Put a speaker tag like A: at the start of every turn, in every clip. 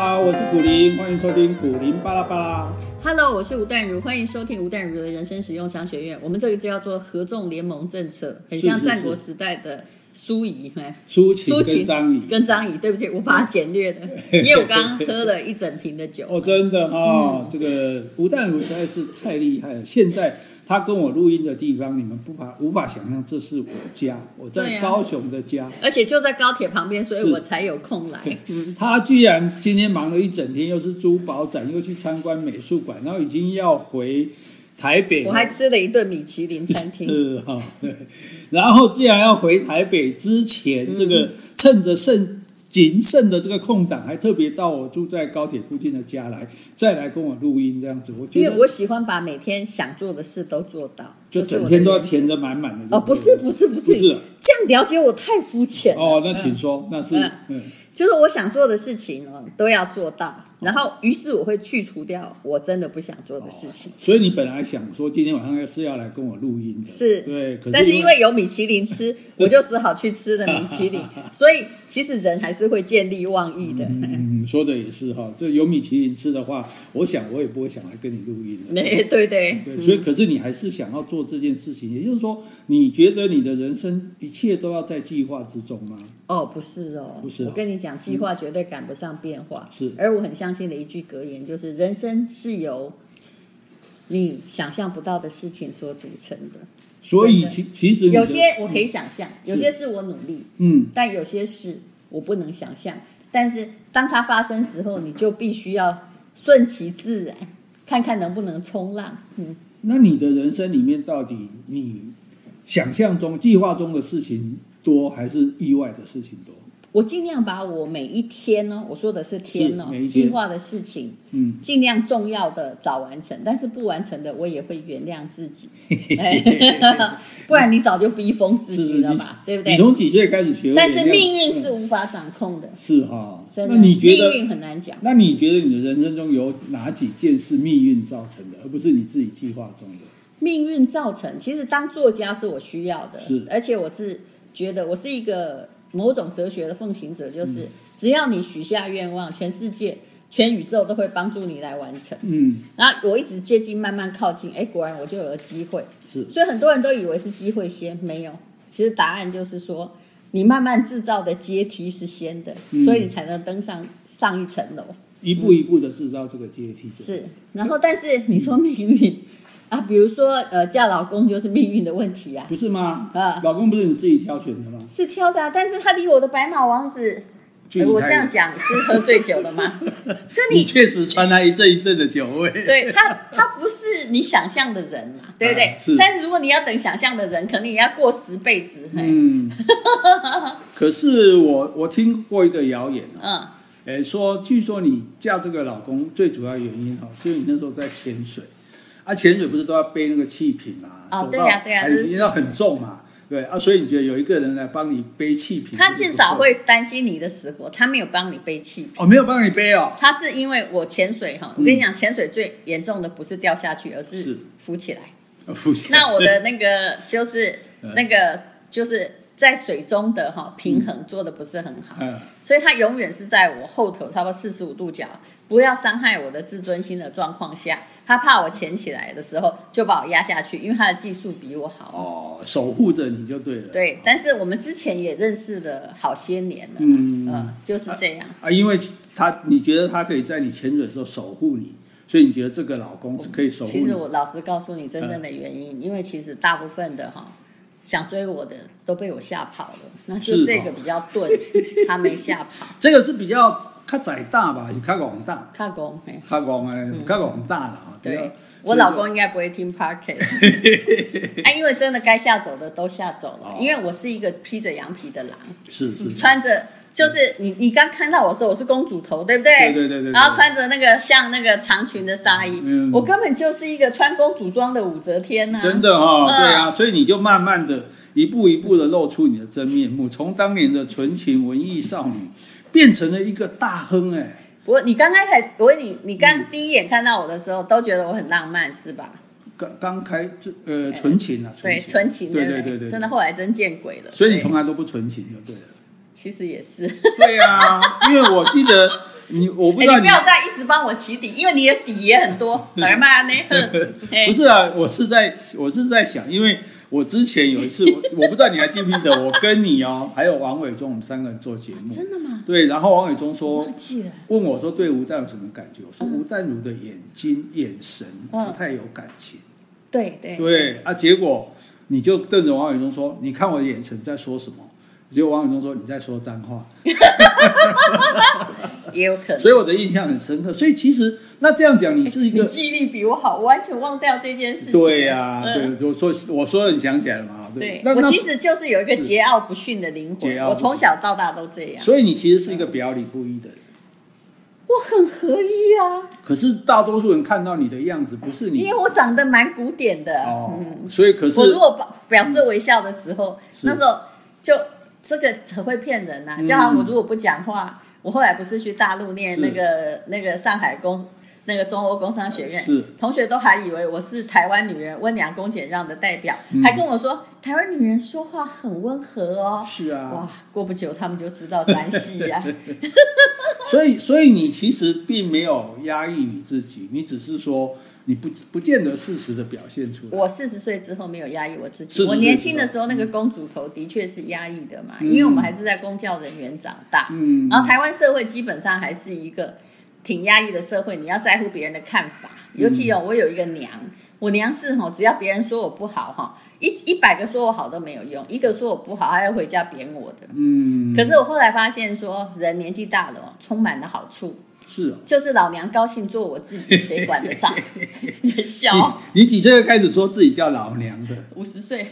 A: 听，欢迎收听古林巴拉巴拉。
B: Hello，我是吴淡如，欢迎收听吴淡如的人生实用商学院。我们这个就叫做合纵联盟政策，很像
A: 是是是
B: 战国时代的苏仪，嘿，
A: 苏秦
B: 苏
A: 跟
B: 秦
A: 张仪，
B: 跟张仪。对不起，我把它简 略的，因为我刚刚喝了一整瓶的酒。
A: 哦，真的
B: 嗯
A: 哦，这个吴淡如实在是太厉害了。现在他跟我录音的地方，你们不法无法想象，这是我家，我
B: 对
A: 在
B: 啊
A: 高雄的家。
B: 而且就在高铁旁边，所
A: 是
B: 以我才有空 来。嗯，
A: 他居然今天忙了一整天，又是珠宝展，又去参观美术馆，然后已经要回台北了。
B: 我还吃了一顿米其林餐厅。
A: 是哈、对 然后既然要回台北之前，这个
B: 嗯
A: 趁着剩仅剩的这个空档，还特别到我住在高铁附近的家来，再来跟我录音这样子，我觉
B: 因为我
A: 得
B: 喜欢把每天想做的事都做到，
A: 就
B: 这是我
A: 整
B: 的
A: 天都要
B: 原则
A: 填得满满的就对了。
B: 哦，不是不是不是，
A: 不是
B: 这样了解我太肤浅了。
A: 哦，那请
B: 嗯
A: 说，那是
B: 嗯
A: 嗯，
B: 就是我想做的事情哦，都要做到。然后，于是我会去除掉我真的不想做的事情。
A: 所以你本来想说今天晚上是要来跟我录音的，
B: 是
A: 对，可
B: 但
A: 是
B: 是因为有米其 林吃，我就只好去吃了米其林。所以，其实人还是会见利忘义的。
A: 嗯，说的也是哈，这有米其林吃的话，我想我也不会想来跟你录音的。
B: 对对对，
A: 对，所以嗯可是你还是想要做这件事情，也就是说，你觉得你的人生一切都要在计划之中吗？
B: 哦，不是哦，
A: 不是啊
B: 我跟你讲，计划绝对赶不上变化。
A: 是
B: 而我很相信的一句格言就是：人生是由你想象不到的事情所组成的。
A: 所以
B: 真的
A: 其其实你的
B: 有些我可以想象，有些是我努力，
A: 嗯，
B: 但有些事我不能想象。但是当它发生时候，你就必须要顺其自然，看看能不能冲浪。嗯，
A: 那你的人生里面到底你想象中、计划中的事情多，还是意外的事情多？
B: 我尽量把我每一天呢、我说的是天哦
A: 是每一，天
B: 计划的事情，
A: 嗯，
B: 尽量重要的早完成，但是不完成的我也会原谅 自己，哎 不然你早就逼疯 自
A: 是
B: 己
A: 你
B: 了嘛，对不
A: 你
B: 对？
A: 从几岁开始学会原谅？
B: 但是命运是无法掌控的，
A: 是哈，
B: 真
A: 那
B: 的，
A: 你觉
B: 命
A: 得？
B: 运很难讲。
A: 那你觉得你的人生中有哪几件是命运造成的，而不是你自己计划中的？
B: 命运造成。其实当作家是我需要的，
A: 是
B: 而且我是觉得我是一个某种哲学的奉行者，就是、只要你许下愿望，全世界、全宇宙都会帮助你来完成。
A: 嗯，
B: 然后我一直接近，慢慢靠近，哎，果然我就有了机会。
A: 是
B: 所以很多人都以为是机会先，没有，其实答案就是说。你慢慢制造的阶梯是先的，所以你才能登上上一层楼。
A: 一步一步的制造这个阶梯。
B: 是，然后但是你说命运啊，比如说呃，嫁老公就是命运的问题啊，
A: 不是吗？
B: 啊
A: 老公不是你自己挑选的吗？
B: 是挑的、啊，但是他离我的白马王子，
A: 距离
B: 哎我
A: 太
B: 这
A: 远
B: 样，讲是喝醉酒 了吗？就
A: 你
B: 你
A: 确实传来一阵一阵的酒味。
B: 对他，他不是你想象的人嘛，对不对？
A: 啊是
B: 但是如果你要等想象的人，可能也要过十辈子。嘿
A: 嗯。可是我我听过一个谣言哦，
B: 嗯，
A: 诶，说据说你嫁这个老公最主要原因哦，是因为你那时候在潜水，啊，潜水不是都要背那个气瓶嘛？
B: 哦
A: 走
B: 对
A: 到
B: 呀对呀
A: 哎
B: 这是
A: 你要很重嘛，对啊，所以你觉得有一个人来帮你背气瓶，
B: 他至少会担心你的死活，他没有帮你背气瓶。
A: 哦，没有帮你背哦，
B: 他是因为我潜水哈，我跟你讲，潜水最严重的不是掉下去，而
A: 嗯是
B: 是浮起来。
A: 哦不行
B: 那我的那个就是
A: 嗯
B: 那个就是在水中的哈平衡做的不是很好，
A: 嗯
B: 所以它永远是在我后头差不多四十五度角，不要伤害我的自尊心的状况下，他怕我潜起来的时候就把我压下去，因为他的技术比我好。
A: 哦，守护着你就对了。
B: 对，但是我们之前也认识了好些年了，呃
A: 嗯
B: 就是这样。
A: 啊，因为他你觉得他可以在你潜水的时候守护你，所以你觉得这个老公是可以守护
B: 其
A: 你
B: 实。我老实告诉你，真正的原因，因为其实大部分的哈，想追我的都被我吓跑了，那
A: 是
B: 就
A: 哦
B: 这个比较钝，他没吓 跑。
A: 这个是比较较窄大吧，较广大，
B: 看公，嘿
A: 较广诶，较广大了啊。吧
B: 嗯对，
A: 所
B: 我
A: 以说
B: 老公应该不 会听 Parket，哎，因为真的该吓走的都吓走了
A: 哦，
B: 因为我是一个披着羊皮的狼，
A: 是是是
B: 穿着。就是你，你刚看到我的时候，我是公主头，对不对？
A: 对对对对对
B: 然后穿着那个像那个长裙的纱衣，
A: 嗯
B: 我根本就是一个穿公主装的武则天呐、
A: 真的哈、
B: 嗯
A: 对啊，所以你就慢慢的一步一步的露出你的真面目，从当年的纯情文艺少女变成了一个大亨哎、
B: 我你刚刚开始，我问你，你刚第一眼看到我的时候，都觉得我很浪漫是吧？
A: 嗯刚刚开这呃纯情啊，
B: 哎对，
A: 纯
B: 纯情，
A: 对
B: 不
A: 对对对，
B: 真的，后来真见鬼了。
A: 所以你
B: 对
A: 啊从来都不纯情就对了。
B: 其实也是，
A: 对啊，因为我记得你我不
B: 哎，
A: 知道
B: 你不要再一直帮我起底，因为你的底也 很多，来嘛呢？哎
A: 不是啊，我是在我是在想，因为我之前有一 次，我我不知道你还记不记得，我跟你哦，还有王伟忠，我们三个人做节目，
B: 真的吗？
A: 对，然后王伟忠说
B: 忘记了，
A: 问我说对吴淡如什么感觉，我说吴淡如的眼睛眼神
B: 嗯
A: 不太有感情，
B: 对对
A: 对啊，结果你就瞪着王伟忠说，你看我的眼神在说什么？结果王伟忠说你在说脏话，
B: 也有可能。
A: 所以我的印象很深刻。所以其实那这样讲，你是一
B: 哎你
A: 个
B: 记忆力比我好，我完全忘掉这件事情。
A: 对呀、
B: 嗯
A: 对，我说我说了，你想起来了嘛？
B: 对
A: 那
B: 我
A: 那
B: 其实就是有一个桀骜不驯的灵魂
A: 桀，骜不
B: 我
A: 驯
B: 从小到大都这样，
A: 所以你其实是一个表里不一的人。
B: 我很合一啊，
A: 可是大多数人看到你的样子，不是你
B: 因为我长得蛮古典的。嗯，
A: 哦，所以可是
B: 我如果表表示微笑的时候，
A: 是
B: 那时候就这个很会骗人呐、
A: 嗯
B: 就好像我如果不讲话，我后来不是去大陆念
A: 是
B: 那个那个上海工那个中欧工商学院
A: 是，
B: 同学都还以为我是台湾女人温良恭俭让的代表，
A: 嗯
B: 还跟我说台湾女人说话很温和哦。
A: 是啊
B: 哇，，过不久他们就知道咱啊戏呀、
A: 所以所以你其实并没有压抑你自己，你只是说你不不见得适时的表现出来。
B: 我四十岁之后没有压抑我自己，
A: 40
B: 我年轻的时候那
A: 嗯
B: 个公主头的确是压抑的嘛，因为我们还是在公教人员长大，
A: 嗯
B: 然后台湾社会基本上还是一个挺压抑的社会，你要在乎别人的看法，尤
A: 嗯
B: 其有我有一个娘，我娘是哈，只要别人说我不好哈，一一百个说我好都没有用，一个说我不好，还要回家扁我的。
A: 嗯，
B: 可是我后来发现说，人年纪大了哦，充满了好处，
A: 是哦。
B: 就是老娘高兴做我自己，谁 管得着？你笑，
A: 你你几岁开始说自己叫老娘的？
B: 五十岁。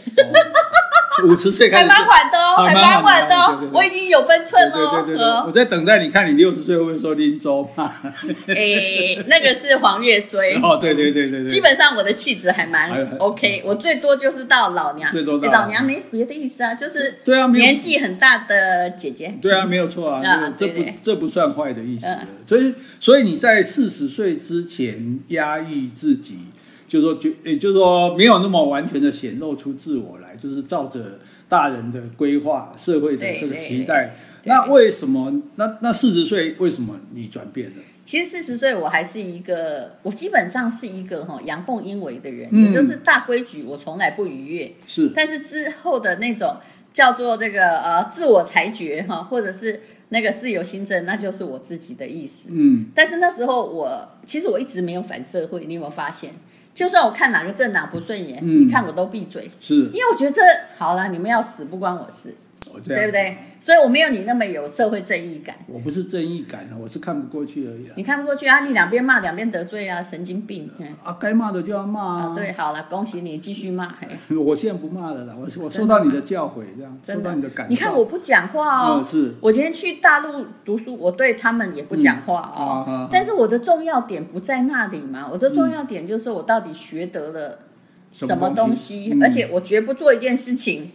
A: 五十岁开
B: 还
A: 始
B: 蛮
A: 说。
B: 晚的哦，还
A: 还
B: 蛮
A: 蛮
B: 晚
A: 晚
B: 的
A: 的
B: 哦
A: 哦，
B: 我已经有分寸
A: 对
B: 了
A: 对
B: 哦。
A: 对对，我在等待你看你六十岁会不会说林州 话？
B: 嗯诶，哎那个是黄月衰，
A: 哦，对对对对对，
B: 基本上我的气质还
A: 还
B: 蛮
A: 还
B: OK，我最多就是到老娘，
A: 最多到
B: 诶
A: 老
B: 老娘没别的意思啊，就是
A: 对啊没有
B: 年纪很大的姐姐，
A: 对啊，没有错啊，
B: 啊
A: 这
B: 对
A: 不
B: 对
A: 这不算坏的意思啊
B: 嗯。
A: 所以所以你在四十岁之前压抑自己，就说就也就是说没有那么完全的显露出自我来，就是照着大人的规划、社会的
B: 对
A: 这个
B: 对
A: 期
B: 对
A: 待。
B: 对
A: 那为什么？那那四十岁为什么你转变了？
B: 其实四十岁我还是一个，我基本上是一个哈阳奉阴违的人，
A: 嗯
B: 也就是大规矩我从来不逾越，
A: 是
B: 但是之后的那种叫做这个呃自我裁决哈，或者是那个自由新政，那就是我自己的意思。
A: 嗯，
B: 但是那时候我其实我一直没有反社会，你有没有发现？就算我看哪个政党不顺眼，
A: 嗯
B: 你看我都闭嘴，
A: 是
B: 因为我觉得这好啦，你们要死不关我事，
A: 我哦这样
B: 对不？对？所以我没有你那么有社会正义感。
A: 我不是正义感啊，我是看不过去而已啊。
B: 你看不过去啊，你两边骂两边得罪啊，神经病！嗯
A: 啊，该骂的就要骂
B: 啊，对，好了，恭喜你，继续骂。嘿
A: 我现在不骂了啦，我我受到你的教诲，这样受
B: 真
A: 到
B: 的，
A: 你的感召。
B: 你看我不讲话哦，
A: 嗯是
B: 我今天去大陆读书，我对他们也不讲话
A: 嗯
B: 哦。
A: 啊啊嗯
B: 但是我的重要点不在那里嘛，我的重要点就是我到底学得了什么东
A: 什么
B: 西，
A: 东西嗯嗯
B: 而且我绝不做一件事情。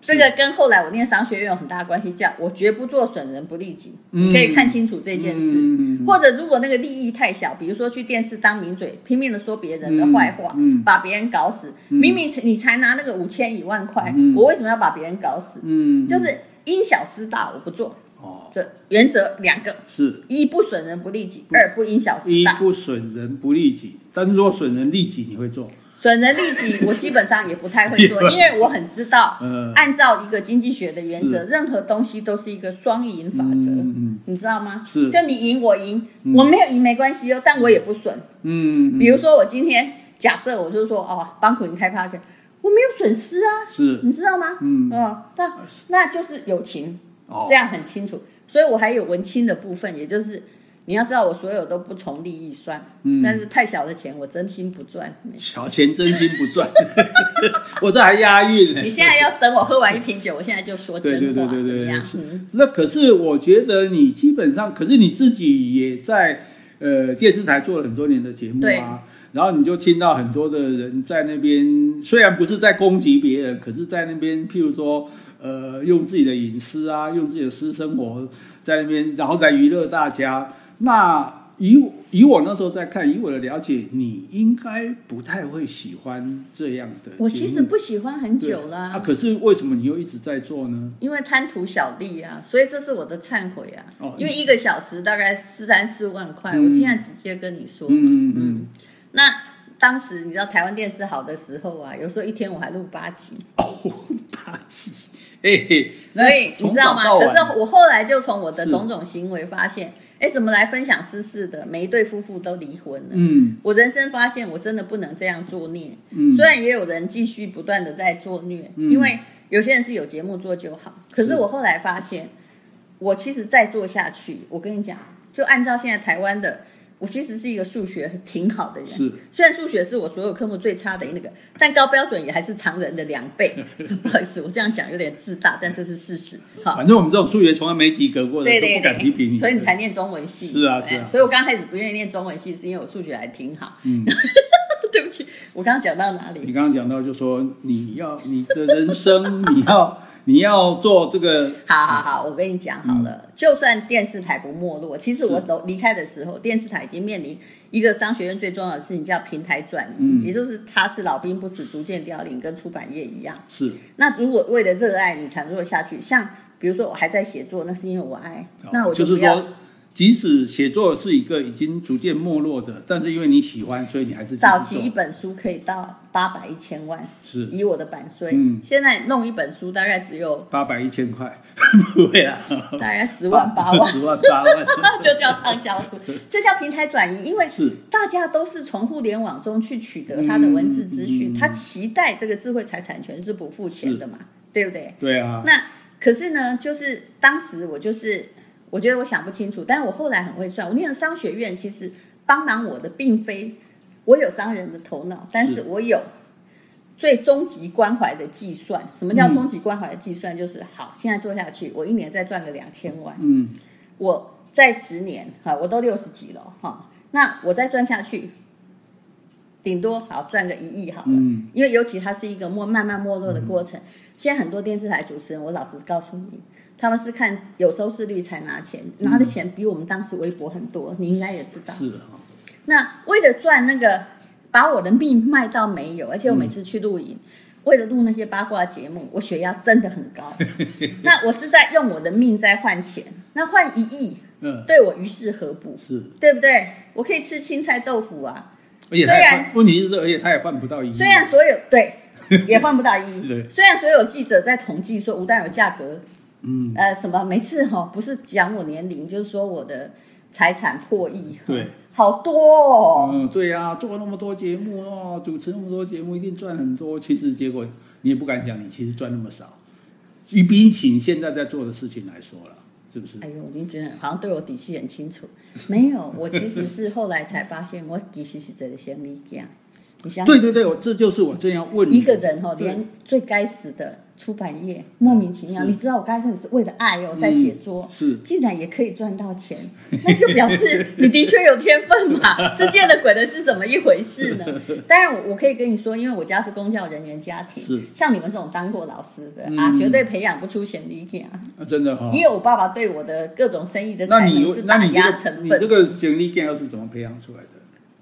B: 这个跟后来我念商学院有很大关系，叫我绝不做损人不利己。
A: 嗯
B: 你可以看清楚这件事，
A: 嗯嗯嗯
B: 或者如果那个利益太小，比如说去电视当名嘴，拼命的说别人的坏话，
A: 嗯嗯
B: 把别人搞死。明明你才拿那个五千一万块，
A: 嗯
B: 我为什么要把别人搞死？
A: 嗯，
B: 就是因小失大，我不做。
A: 哦，
B: 这原则两个：
A: 是
B: 一不损人不利己，二不因小失
A: 一
B: 大。
A: 不损人不利己，但是如果损人利己，你会做？
B: 损人利己，我基本上也 不太会做，因为我很知道，
A: 嗯
B: 按照一个经济学的原则，
A: 是
B: 任何东西都是一个双赢法则，
A: 嗯嗯
B: 你知道吗？
A: 是
B: 就你赢我赢，我没有赢没关系哦，但我也不损。
A: 嗯，
B: 比如说我今天假设我就说哦，帮苦你开 p a r t 我没有损失啊，
A: 嗯是
B: 你知道吗？
A: 嗯
B: 那那就是友情，
A: 哦
B: 这样很清楚。所以我还有文青的部分，也就是你要知道，我所有都不从利益算，
A: 嗯
B: 但是太小的钱我真心不赚。
A: 哦小钱真心不赚， 我这还押韵呢。
B: 你现在要等我喝完一瓶酒，我现在就说真
A: 对
B: 话，
A: 对对对
B: 怎么
A: 对对
B: 样？
A: 是
B: 嗯，
A: 那可是我觉得你基本上，可是你自己也在呃电视台做了很多年的节目
B: 对
A: 啊，然后你就听到很多的人在那边，虽然不是在攻击别人，可是在那边，譬如说呃，用自己的隐私啊，用自己的私生活在那边，然后再娱乐大家。那以我以我那时候在看，以我的了解，你应该不太会喜欢这样的节目。
B: 我其实不喜欢很久了、
A: 对啊，可是为什么你又一直在做呢？
B: 因为贪图小利啊，所以这是我的忏悔啊。
A: 哦
B: 因为一个小时大概四三四万块，
A: 嗯
B: 我现在直接跟你
A: 嗯
B: 说。
A: 嗯嗯，
B: 那当时你知道台湾电视好的时候啊，有时候一天我还录八集，
A: 哦，大气，嘿嘿。
B: 所以
A: 那
B: 你知
A: 从早
B: 道吗？
A: 到
B: 可
A: 晚
B: 是我后来就从我的
A: 是
B: 种种行为发现，哎，怎么来分享私事的？每一对夫妇都离婚了。
A: 嗯
B: 我人生发现，我真的不能这样作孽。
A: 嗯
B: 虽然也有人继续不断的在作虐，因为有些人是有节目做就好。可是我后来发现，我其实再做下去，我跟你讲，就按照现在台湾的，我其实是一个数学挺好的
A: 是
B: 人。虽然数学是我所有科目最差的那个，但高标准也还是常人的两倍。 不好意思，我这样讲有点自大，但这是事实。好，
A: 反正我们这种数学从来没及格过的，
B: 对
A: 都
B: 对
A: 不敢批评
B: 对，
A: 你。
B: 所以你才念中文系。
A: 是啊
B: 对不对
A: 是啊
B: 所以我刚开始不愿意念中文系，是因为我数学还挺好。
A: 嗯，
B: 对不起，我刚刚讲到哪里？
A: 你刚刚讲到，就说你要你的人生，你要 你要做这个，
B: 好好好，我跟你讲好了，就算电视台不没落，其实我
A: 嗯是
B: 走离开的时候，电视台已经面临一个商学院最重要的事情，叫平台转移，
A: 嗯
B: 也就是它是老兵不死，逐渐凋零，跟出版业一样。
A: 是
B: 那如果为了热爱你才做下去，像比如说我还在写作，那是因为我爱，那我
A: 哦就
B: 不
A: 是
B: 要。
A: 说，即使写作是一个已经逐渐没落的，但是因为你喜欢，所以你还是继续
B: 早期
A: 做
B: 一本书可以到八百一千万，
A: 是
B: 以我的版税，
A: 嗯
B: 现在弄一本书大概只有
A: 八百一千块， 不会啦，
B: 大概十万八 万，
A: 十万八万，
B: 就叫畅销 书，这叫平台转移，因为
A: 是
B: 大家都是从互联网中去取得他的文字资讯，他期待这个智慧财产嗯权是不付钱的嘛，对不对？
A: 对啊，
B: 那可是呢，就是当时我就是我觉得我想不清楚，但我后来很会算，我念了商学院，其实帮忙我的并非我有商人的头脑，但是我有。最终极关怀的计算，什么叫终极关怀的计算？就是好，现在做下去，我一年再赚个两千万，
A: 嗯，
B: 我在十年哈，我都六十几了哈，那我再赚下去，顶多好赚个一亿好了，
A: 嗯
B: 因为尤其它是一个没慢慢没落的过程。现在很多电视台主持人，我老实告诉你，他们是看有收视率才拿钱，拿的钱比我们当时微薄很多，你应该也知道。
A: 嗯是啊，
B: 那为了赚那个，把我的命卖到没有，而且我每次去露营，
A: 嗯
B: 为了录那些八卦节目，我血压真 的很高。那我是在用我的命在换钱，那换一亿，
A: 嗯，
B: 对我于事何补？
A: 是，
B: 对不对？我可以吃青菜豆腐啊，
A: 而且他
B: 虽
A: 也
B: 然
A: 换问题是，而且他也换不到一亿，
B: 虽然所有对也换不到一
A: 对
B: 亿，虽然所有记者在统计说吴淡有价格，
A: 嗯，
B: 呃，什么每次哈、不是讲我年龄，就是说我的财产破亿，
A: 对，
B: 好多哦。
A: 嗯，对呀、做那么多节目哦，主持那么多节目，一定赚很多。其实结果你也不敢讲，你其实赚那么少，与比起你现在在做的事情来说了，是不是
B: 哎？呦，你真的好像对我底细很清楚。没有，我其实是后来才发现，我其实是真的先理解。你想
A: 对对对，我这就是我正要问你
B: 一个人哦，
A: 对
B: 连最该死的出版业莫名其妙，
A: 是嗯
B: 你知道我刚开始是为了爱哦，在写作，
A: 是
B: 竟然也可以赚到钱，那就表示你的确有天分 嘛。这见了鬼的是怎么一回事呢？当然，我我可以跟你说，因为我家是公教人员家
A: 是嗯
B: 庭，像你们这种当过老师的啊，绝对培养不出贤理解啊。
A: 啊真的哈、
B: 因为我爸爸对我的各种生意的
A: 那
B: 才
A: 你
B: 能
A: 有
B: 是
A: 那
B: 打
A: 你这
B: 压
A: 个
B: 成
A: 你
B: 分
A: 这。个行李感又是怎么培养出来的？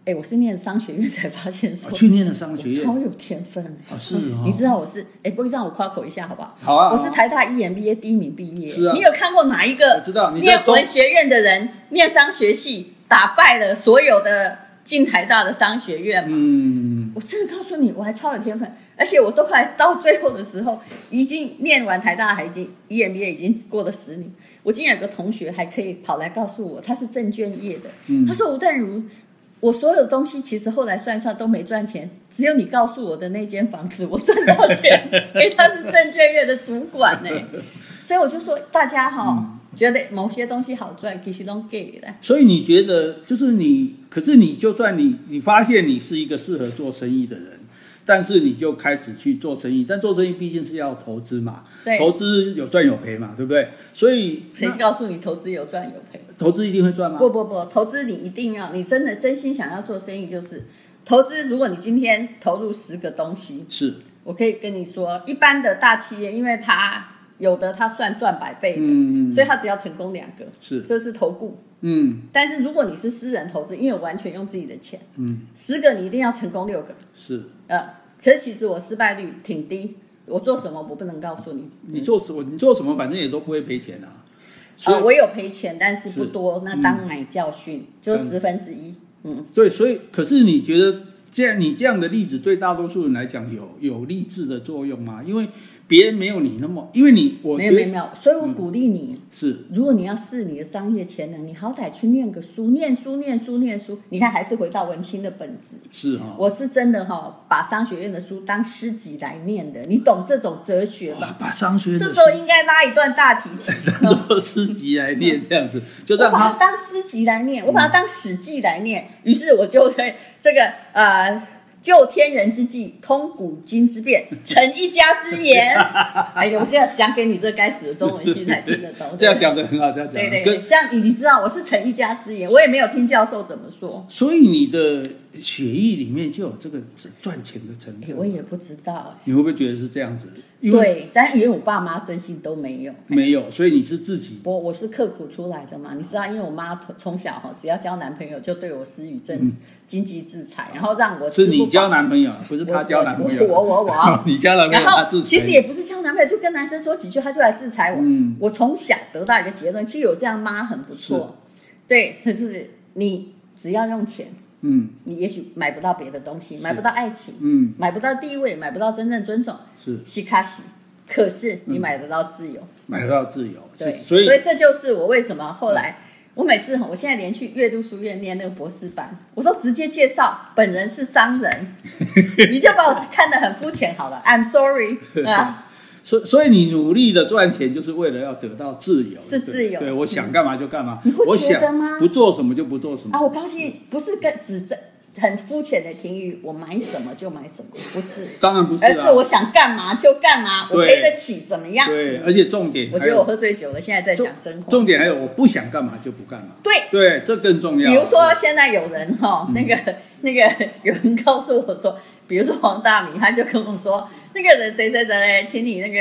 B: 哎、我是念商学院才发现说，
A: 啊、去念的商学
B: 我超
A: 院，
B: 有天分、
A: 哦是哦
B: 你知道我是哎、不过让我夸口一下好不好？
A: 好啊好啊
B: 我是台大 EMBA 第一名毕业。
A: 是啊
B: 你有看过哪一
A: 我
B: 个
A: 知道你在
B: 念
A: 中
B: 文学院的人念商学系打败了所有的进台大的商学院吗？
A: 嗯，
B: 我真的告诉你，我还超有天分，而且我都快到最后的时候，已经念完台大，还已经 EMBA 已经过了十年。我竟然有个同学还可以跑来告诉我，他是证券业的，
A: 嗯
B: 他说吴淡如，我所有东西其实后来算一算都没赚钱，只有你告诉我的那间房子我赚到钱， 因为他是证券业的主管呢、所以我就说大家哈、
A: 嗯
B: 觉得某些东西好赚，其实都给了。
A: 所以你觉得就是你，可是你就算你你发现你是一个适合做生意的人，但是你就开始去做生意，但做生意毕竟是要投资嘛，
B: 对
A: 投资有赚有赔嘛，对不对？所以
B: 谁
A: 那
B: 告诉你投资有赚有赔？
A: 投资一定会赚吗？
B: 不不不，投资你一定要，你真的真心想要做生意，就是投资。如果你今天投入十个东西，
A: 是，
B: 我可以跟你说，一般的大企业，因为它有的它算赚百倍的，
A: 嗯
B: 所以它只要成功两个，
A: 是
B: 这是投顾。
A: 嗯，
B: 但是如果你是私人投资，因为我完全用自己的钱，
A: 嗯，
B: 十个你一定要成功六个，
A: 是
B: 呃，可是其实我失败率挺低，我做什么我不能告诉你，
A: 你做什么，你做什么，反正也都不会赔钱啊。所
B: 呃，
A: 以
B: 我有赔钱，但是不
A: 是嗯
B: 多，那当买教训就十分之一，嗯，
A: 对，所以可是你觉得这样你这样的例子对大多数人来讲有有励志的作用吗？因为别人没有你那么，因为你我
B: 没
A: 觉
B: 有
A: 得嗯
B: 没有没有，所以我鼓励你，
A: 是
B: 如果你要试你的商业潜能，你好歹去念个书，念书念书念书，你看还是回到文青的本质，
A: 是哈、
B: 我是真的哈、把商学院的书当诗集来念的，你懂这种哲学
A: 哇
B: 吧？
A: 把商学
B: 这
A: 的
B: 时候应该拉一段大提琴，
A: 很多诗集来念这样子，就
B: 我
A: 让
B: 把它
A: 他
B: 当诗集来念，我把它当史记来念，于是我就会这个呃。救天人之际，通古今之变，成一家之 言。哎呦，我这样讲给你这该死的中文系才听得 懂。
A: 这样讲的很好，这样讲
B: 对
A: 得
B: 对
A: 跟
B: 对，这样你你知道我是成一家之言，我也没有听教授怎么说，
A: 所以你的血液里面就有这个赚钱的成
B: 哎我
A: 分，
B: 也不知道、
A: 你会不会觉得是这样子？
B: 哎。
A: 因为
B: 对，但因为我爸妈真心都没有。
A: 没有，所以你是自己
B: 我我是刻苦出来的嘛，你知道，因为我妈从从小哈，只要交男朋友就对我施予政、经济制裁，然后让我吃
A: 是
B: 不
A: 你
B: 饱
A: 交男朋友，不是
B: 我
A: 他交男朋友。
B: 我我我我 啊
A: 你交男朋
B: 然
A: 友，他
B: 后
A: 自己
B: 其实也不是交男朋友，就跟男生说几句，他就来制裁我。
A: 嗯
B: 我从小得到一个结论，其实有这样妈很不错。对，她就是你只要用钱，
A: 嗯
B: 你也许买不到别的东西，买不到爱情，
A: 嗯
B: 买不到地位，买不到真正尊重，
A: 是
B: 西卡西。可是你买得到自由，
A: 买得到自由，
B: 对，
A: 是嗯所以
B: 这就是我为什么后来。我每次，我现在连去阅读书院念那个博士班，我都直接介绍本人是 商人，你就把我看得很肤浅好了。I'm sorry 啊，
A: 所以所以你努力的赚钱，就是为了要得到自由，
B: 是
A: 对
B: 自由
A: 对，我想干嘛就干嘛，
B: 不
A: 我
B: 觉得吗
A: 想不做什么就不做什
B: 啊，
A: 么，
B: 我高兴不是跟只在很肤浅的评语，我买什么就买什么，不是，
A: 当然不是
B: 而
A: 啊，
B: 是我想干嘛就干嘛，我
A: 对
B: 赔得起怎么样？
A: 对，而且重点
B: 我
A: 还
B: 觉得
A: 有
B: 我喝醉酒了，现在在讲真话。
A: 重点还有我不想干嘛就不干嘛，
B: 对，
A: 对，这更重要。
B: 比如说，现在有人
A: 嗯
B: 哈、那个那个有人告诉我说，比如说黄大米，他就跟我说，那个人谁谁谁，请你那个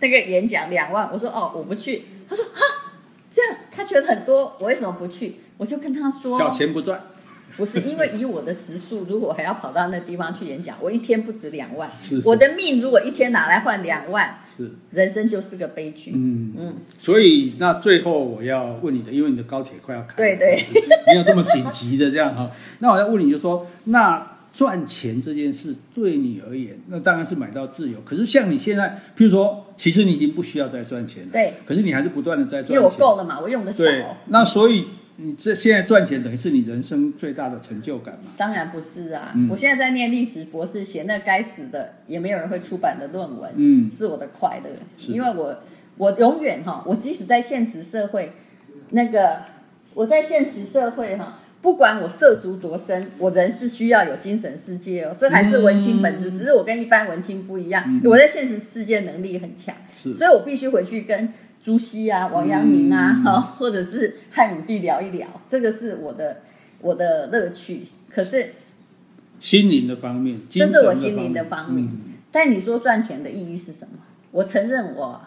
B: 那个演讲两万，我说哦我不去，他说哈这样他觉得很多，我为什么不去？我就跟他
A: 小
B: 说，
A: 钱不赚，
B: 不是因为以我的时速，如果我还要跑到那地方去演讲，我一天不止两万
A: 是，
B: 我的命如果一天拿来换两万，
A: 是
B: 人生就是个悲剧。
A: 嗯
B: 嗯，
A: 所以那最后我要问你的，因为你的高铁快要开了，
B: 对对，
A: 没有这么紧急的这样哈。那我要问你，就说那赚钱这件事对你而言，那当然是买到自由。可是像你现在，譬如说，其实你已经不需要再赚钱了，
B: 对，
A: 可是你还是不断的在
B: 因为我
A: 赚钱，
B: 够了嘛，我用的少，
A: 对。那所以你这现在赚钱等于是你人生最大的成就感嘛？
B: 当然不是啊，
A: 嗯
B: 我现在在念历史博士，写那该死的也没有人会出版的论文，
A: 嗯
B: 是我的快乐，
A: 是
B: 因为我我永远哈，我即使在现实社会，那个我在现实社会哈，不管我涉足多深，我仍是需要有精神世界哦，这还是文青本质，
A: 嗯
B: 只是我跟一般文青不一样，我在现实世界能力很强，
A: 是
B: 所以我必须回去跟朱熹啊、王阳明啊，哈、或者是汉武帝聊一聊，这个是我的我的乐趣。可是
A: 心灵的方面，
B: 这是我心灵
A: 灵
B: 的方面。
A: 嗯
B: 但你说赚钱的意义是什么？我承认我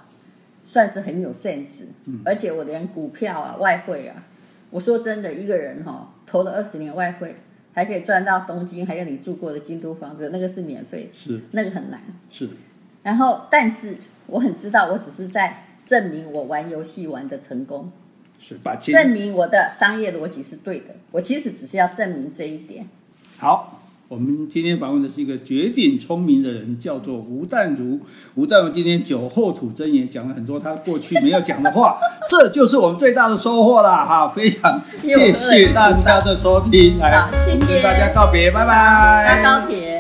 B: 算是很有 sense，、而且我连股票啊、外汇啊，我说真的，一个人哈、投了二十年外汇，还可以赚到东京，还有你住过的京都房子，那个是免费，
A: 是
B: 那个很难。
A: 是
B: 然后，但是我很知道，我只是在证明我玩游戏玩的成功，
A: 是把钱
B: 证明我的商业逻辑是对的。我其实只是要证明这一点。
A: 好，我们今天访问的是一个绝顶聪明的人，叫做吴淡如。吴淡如今天酒后吐真言，讲了很多他过去没有讲的话，这就是我们最大的收获了哈！非常谢谢大家的收听，来，
B: 好谢谢
A: 我们跟大家告别，拜
B: 搭
A: 拜。
B: 高铁。